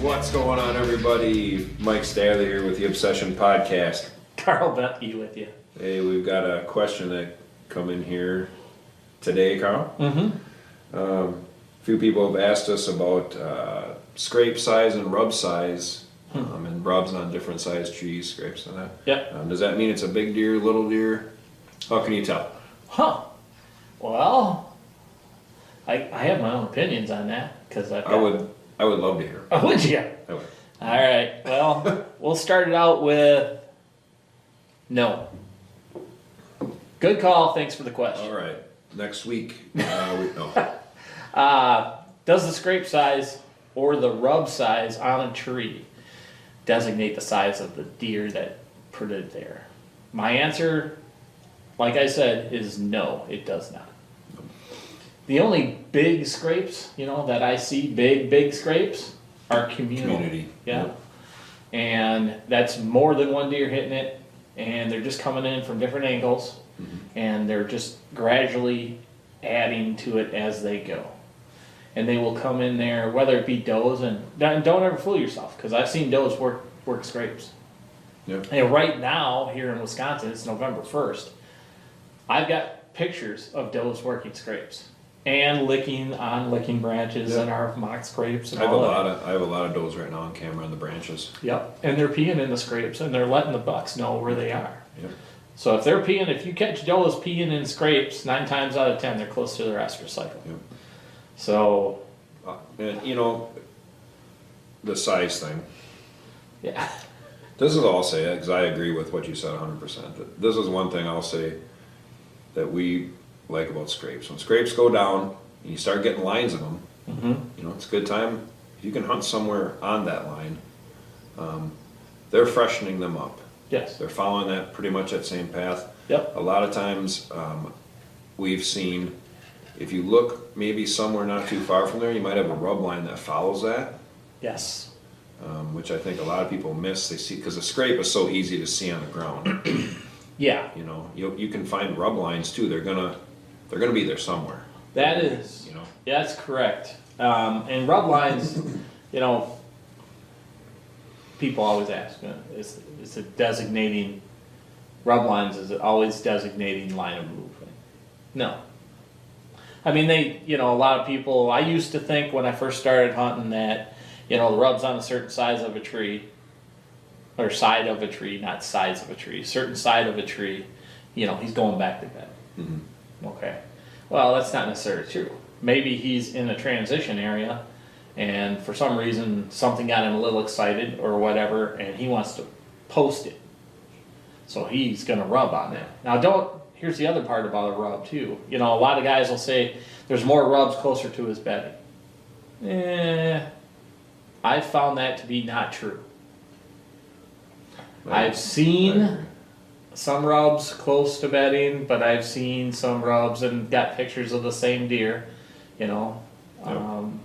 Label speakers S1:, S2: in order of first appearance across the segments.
S1: What's going on, everybody? Mike Staley here with the Obsession Podcast.
S2: Carl Bentley with you.
S1: Hey, we've got a question that come in here today, Carl.
S2: Mm-hmm.
S1: A few people have asked us about uh, scrape size and rub size,
S2: Hmm.
S1: um, and rubs on different size trees, scrapes on that.
S2: Yep.
S1: Um, does that mean it's a big deer, little deer? How can you tell?
S2: Huh. Well, I, I have my own opinions on that because I've got,
S1: I would, I would love to hear.
S2: Oh, would you?
S1: I would.
S2: All right. Well, we'll start it out with no. Good call. Thanks for the
S1: All
S2: question.
S1: right, next week. Uh, we, no.
S2: Uh, does the scrape size or the rub size on a tree designate the size of the deer that printed there? My answer, like I said, is no, it does not. The only big scrapes, you know, that I see, big, big scrapes, are communal.
S1: Community,
S2: Yeah. And that's more than one deer hitting it, and they're just coming in from different angles,
S1: Mm-hmm.
S2: and they're just gradually adding to it as they go and they will come in there, whether it be does and don't, don't ever fool yourself because I've seen does work work scrapes.
S1: Yeah.
S2: And right now here in Wisconsin, it's November first. I've got pictures of does working scrapes and licking on licking branches
S1: Yeah.
S2: and our mock scrapes and
S1: I have a
S2: all that.
S1: lot of, I have a lot of does right now on camera on the branches.
S2: Yep, and they're peeing in the scrapes and they're letting the bucks know where they are.
S1: Yep.
S2: So if they're peeing, if you catch does peeing in scrapes, nine times out of ten, they're close to their estrus cycle.
S1: Yep.
S2: So
S1: Uh, and you know, the size thing.
S2: yeah,
S1: This is all I'll say because I agree with what you said 100%. That This is one thing I'll say that we like about scrapes. When scrapes go down and you start getting lines in them, you know, it's a good time. If you can hunt somewhere on that line, um, they're freshening them up.
S2: yes,
S1: They're following that pretty much that same path.
S2: yep,
S1: A lot of times um, we've seen, if you look maybe somewhere not too far from there, you might have a rub line that follows that
S2: yes.
S1: um, which I think a lot of people miss. They see because a scrape is so easy to see on the ground.
S2: Yeah,
S1: You know, you you can find rub lines too. They're gonna they're gonna be there somewhere.
S2: that is.
S1: You know,
S2: Yeah, that's correct. Um, and rub lines, you know, people always ask, uh, is, is it designating rub lines? Is it always designating line of movement? No. I mean, they, you know, a lot of people, I used to think when I first started hunting that, you know, the rub's on a certain size of a tree, or side of a tree, not size of a tree, certain side of a tree, you know, he's going back to bed. Okay. Well, that's not necessarily true. Maybe he's in a transition area and for some reason something got him a little excited or whatever and he wants to post it. So he's going to rub on that. Now, don't, here's the other part about a rub too. You know, a lot of guys will say there's more rubs closer to his bedding. Eh, I found that to be not true. I've seen some rubs close to bedding, but I've seen some rubs and got pictures of the same deer, you know,
S1: Yep.
S2: um,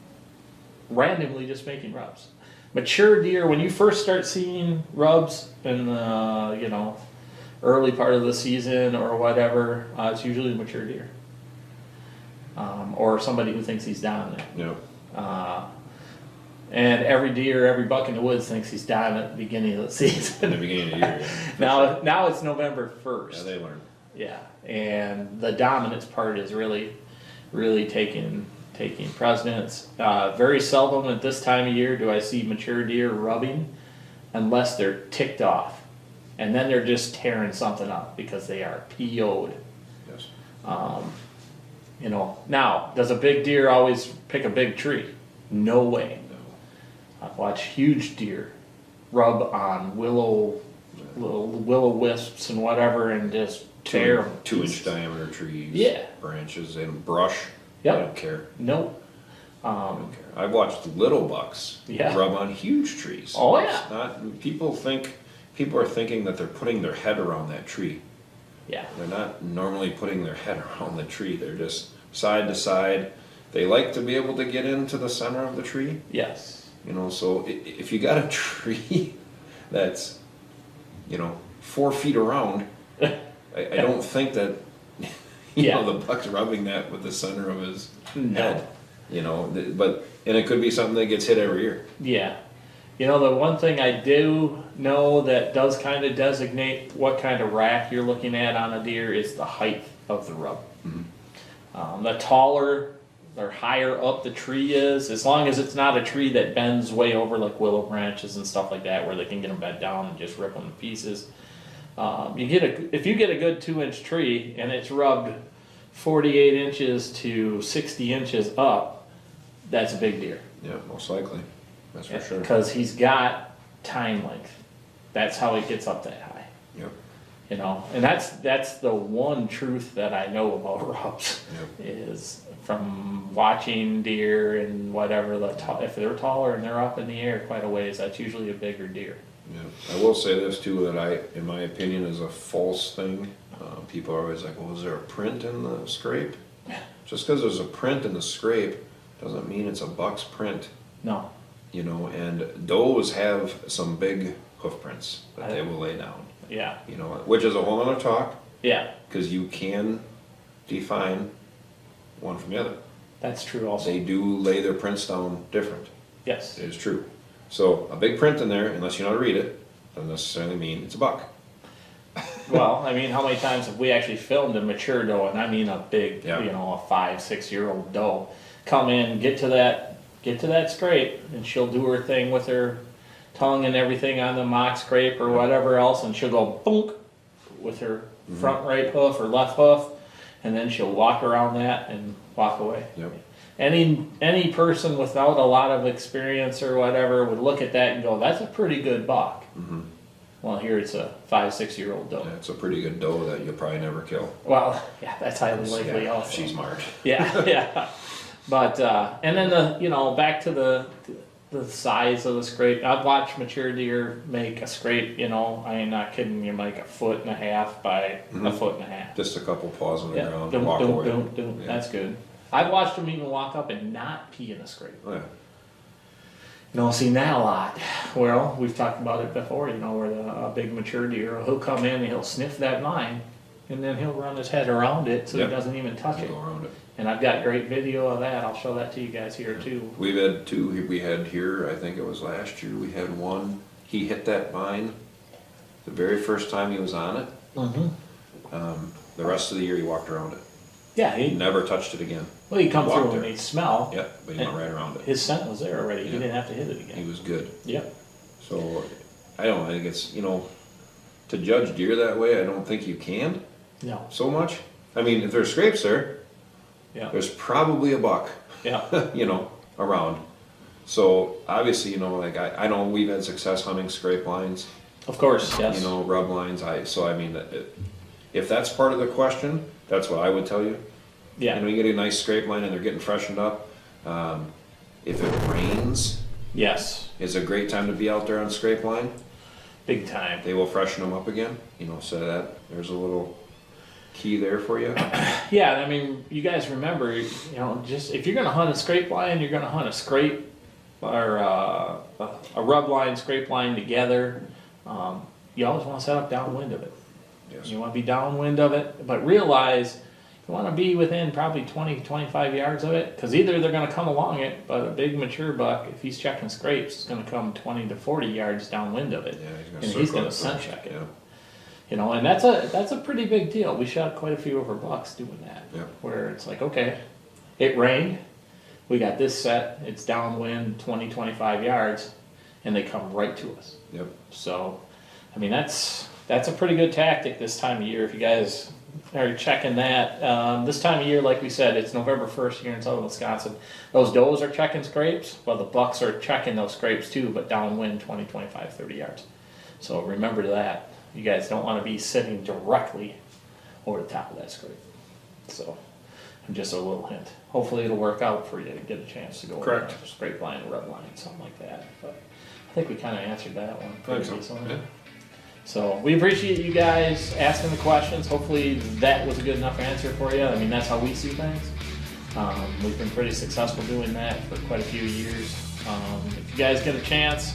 S2: randomly just making rubs. Mature deer, when you first start seeing rubs in the, you know, early part of the season or whatever, uh, it's usually a mature deer. Um, or somebody who thinks he's down there.
S1: you know,
S2: Uh, and every deer, every buck in the woods thinks he's down at the beginning of the
S1: in
S2: season.
S1: the beginning of the year. yeah. For
S2: now,
S1: sure.
S2: now it's November
S1: yeah,
S2: first.
S1: they learn.
S2: Yeah, and the dominance part is really, really taking taking precedence. Uh, very seldom at this time of year do I see mature deer rubbing, unless they're ticked off, and then they're just tearing something up because they are PO'd.
S1: Yes.
S2: You know. Now, does a big deer always pick a big tree? No way.
S1: No.
S2: I've watched huge deer rub on willow, little willow wisps and whatever, and just tear. 'em.
S1: two inch diameter trees.
S2: Yeah.
S1: Branches and brush.
S2: Yep.
S1: I don't care.
S2: Nope.
S1: I don't care. I've watched little bucks
S2: Yeah.
S1: rub on huge trees.
S2: Oh,
S1: It's
S2: yeah.
S1: Not people think people are thinking that they're putting their head around that tree.
S2: Yeah.
S1: They're not normally putting their head around the tree. They're just side to side. They like to be able to get into the center of the tree,
S2: Yes.
S1: you know. So i- if you got a tree that's, you know, four feet around, I, I don't think that, you
S2: Yeah.
S1: know, the buck's rubbing that with the center of his
S2: No.
S1: head, you know. th- But and it could be something that gets hit every year.
S2: Yeah. You know, the one thing I do know that does kind of designate what kind of rack you're looking at on a deer is the height of the rub.
S1: Mm-hmm.
S2: Um, the taller or higher up the tree is, as long as it's not a tree that bends way over like willow branches and stuff like that, where they can get them bent down and just rip them to pieces. Um, you get a if you get a good two inch tree and it's rubbed 48 inches to 60 inches up, that's a big deer.
S1: Yeah, most likely. That's for sure.
S2: Because he's got time length. That's how he gets up that high.
S1: Yep.
S2: You know, and that's that's the one truth that I know about rubs is from watching deer and whatever. The ta- if they're taller and they're up in the air quite a ways, that's usually a bigger deer.
S1: Yeah, I will say this too, that I, in my opinion, is a false thing. Uh, people are always like, well, is there a print in the scrape? Just because there's a print in the scrape doesn't mean it's a buck's print,
S2: No,
S1: you know, and those have some big hoof prints that they will lay down,
S2: yeah,
S1: you know, which is a whole other talk,
S2: yeah,
S1: because you can define one from the other.
S2: that's true. Also,
S1: They do lay their prints down different.
S2: yes,
S1: It is true. So a big print in there, unless you know how to read it, doesn't necessarily mean it's a buck.
S2: Well, I mean, how many times have we actually filmed a mature doe, and I mean a big,
S1: Yeah.
S2: you know, a five, six year old doe, come in, get to that, get to that scrape, and she'll do her thing with her tongue and everything on the mock scrape or whatever else, and she'll go boonk with her
S1: Mm-hmm.
S2: front right hoof or left hoof, and then she'll walk around that and walk away.
S1: Yep.
S2: Any any person without a lot of experience or whatever would look at that and go, "That's a pretty good buck."
S1: Mm-hmm.
S2: Well, here it's a five, six year old doe.
S1: Yeah, it's a pretty good doe that you'll probably never kill.
S2: Well, yeah, that's highly likely
S1: Yeah, if
S2: also.
S1: she's marked.
S2: Yeah, yeah. But uh, and then the you know back to the the size of the scrape. I've watched mature deer make a scrape. You know, I ain't not kidding. You're like a foot and a half by a foot and a half.
S1: Just a couple paws Mm-hmm. on the
S2: Yeah,
S1: ground,
S2: Dun,
S1: walk
S2: dun,
S1: away.
S2: dun, dun.
S1: Yeah.
S2: That's good. I've watched them even walk up and not pee in a scrape.
S1: Oh, yeah.
S2: You know, seen that a lot. Well, we've talked about it before. You know, where the, a big mature deer he'll come in and he'll sniff that line, and then he'll run his head around it so
S1: Yep.
S2: he doesn't even touch
S1: You
S2: it.
S1: Go around it.
S2: And I've got great video of that. I'll show that to you guys here too.
S1: We've had two. We had here. I think it was last year. We had one. He hit that vine the very first time he was on it. Um,
S2: Mm-hmm.
S1: The rest of the year he walked around it.
S2: Yeah,
S1: He
S2: he,
S1: never touched it again.
S2: well, he'd come
S1: Walked
S2: through and
S1: there.
S2: he'd smell.
S1: Yep, but he went right around it.
S2: His scent was there already. He
S1: Yeah.
S2: didn't have to hit it
S1: He
S2: again.
S1: was good.
S2: Yep.
S1: So I don't think it's you know to judge deer that way. I don't think you can
S2: No.
S1: so much. I mean, if there's scrapes there,
S2: Yeah.
S1: there's probably a buck,
S2: Yeah.
S1: you know, around. So obviously, you know, like I, I know we've had success hunting scrape lines,
S2: Of course. Yes.
S1: you know, rub lines. I so I mean, it, if that's part of the question, that's what I would tell you.
S2: yeah.
S1: You know, you get a nice scrape line and they're getting freshened up. Um, if it rains,
S2: yes.
S1: it's a great time to be out there on scrape line.
S2: Big time.
S1: they will freshen them up again. You know, so that there's a little key there for you.
S2: Yeah. I mean, you guys remember, you know, just if you're gonna hunt a scrape line, you're gonna hunt a scrape or uh, a- a rub line, scrape line together. Um, you always want to set up downwind of it.
S1: Yes.
S2: You want to be downwind of it, but realize you want to be within probably 20, 25 yards of it because either they're going to come along it, but a big mature buck, if he's checking scrapes, is going to come 20 to 40 yards downwind of it.
S1: Yeah, he's gonna
S2: and he's
S1: circle
S2: going
S1: it,
S2: to
S1: so-
S2: sun check it.
S1: Yeah,
S2: You know, and that's a that's a pretty big deal. We shot quite a few over bucks doing that,
S1: Yeah.
S2: where it's like, okay, it rained, we got this set, it's downwind 20, 25 yards, and they come right to us.
S1: yep.
S2: So, I mean, that's that's a pretty good tactic this time of year. If you guys are checking that um, this time of year, like we said, it's November first here in southern Wisconsin. Those does are checking scrapes. Well, the bucks are checking those scrapes too, but downwind 20, 25, 30 yards. So remember that. You guys don't want to be sitting directly over the top of that scrape. So, just a little hint. Hopefully, it'll work out for you to get a chance to go over
S1: Correct.
S2: a scrape line, rub line, something like that. But I think we kind of answered that one pretty
S1: Think so,
S2: decently.
S1: yeah.
S2: So we appreciate you guys asking the questions. Hopefully that was a good enough answer for you. I mean, that's how we see things. Um, we've been pretty successful doing that for quite a few years. Um, if you guys get a chance,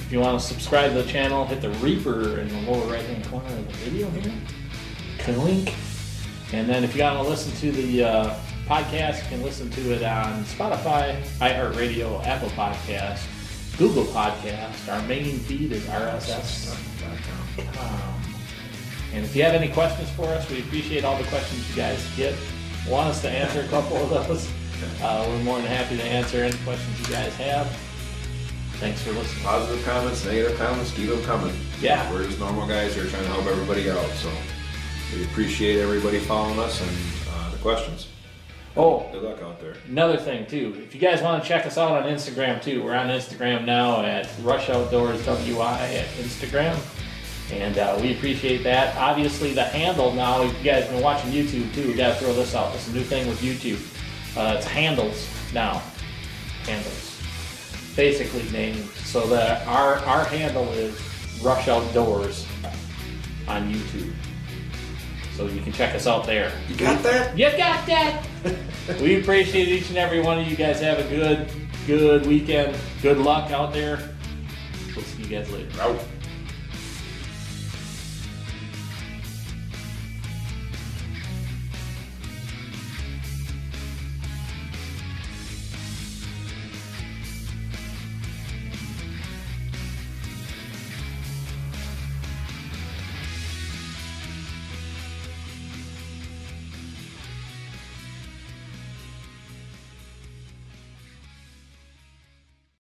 S2: if you want to subscribe to the channel, hit the Reaper in the lower right hand corner of the video here. Clink. And then if you want to listen to the uh, podcast, you can listen to it on Spotify, iHeartRadio, Apple Podcasts, Google Podcast. Our main feed is RSS. Um, and if you have any questions for us, we appreciate all the questions you guys get. Want us to answer a couple of those? Uh, we're more than happy to answer any questions you guys have. Thanks for listening.
S1: Positive comments, negative comments, keep them coming.
S2: Yeah.
S1: We're just normal guys who are trying to help everybody out, so we appreciate everybody following us and uh, the questions.
S2: Oh,
S1: Good luck out there.
S2: another thing too. If you guys want to check us out on Instagram too, we're on Instagram now at Rush Outdoors WI at Instagram, and uh, we appreciate that. Obviously, the handle now. If you guys have been watching YouTube too, we got to throw this out. This is a new thing with YouTube. Uh, it's handles now. Handles, basically named so that our our handle is Rush Outdoors on YouTube. So you can check us out there.
S1: You got that?
S2: You got that. we appreciate each and every one of you guys. Have a good, good weekend. Good luck out there. We'll see you guys later.
S1: Out.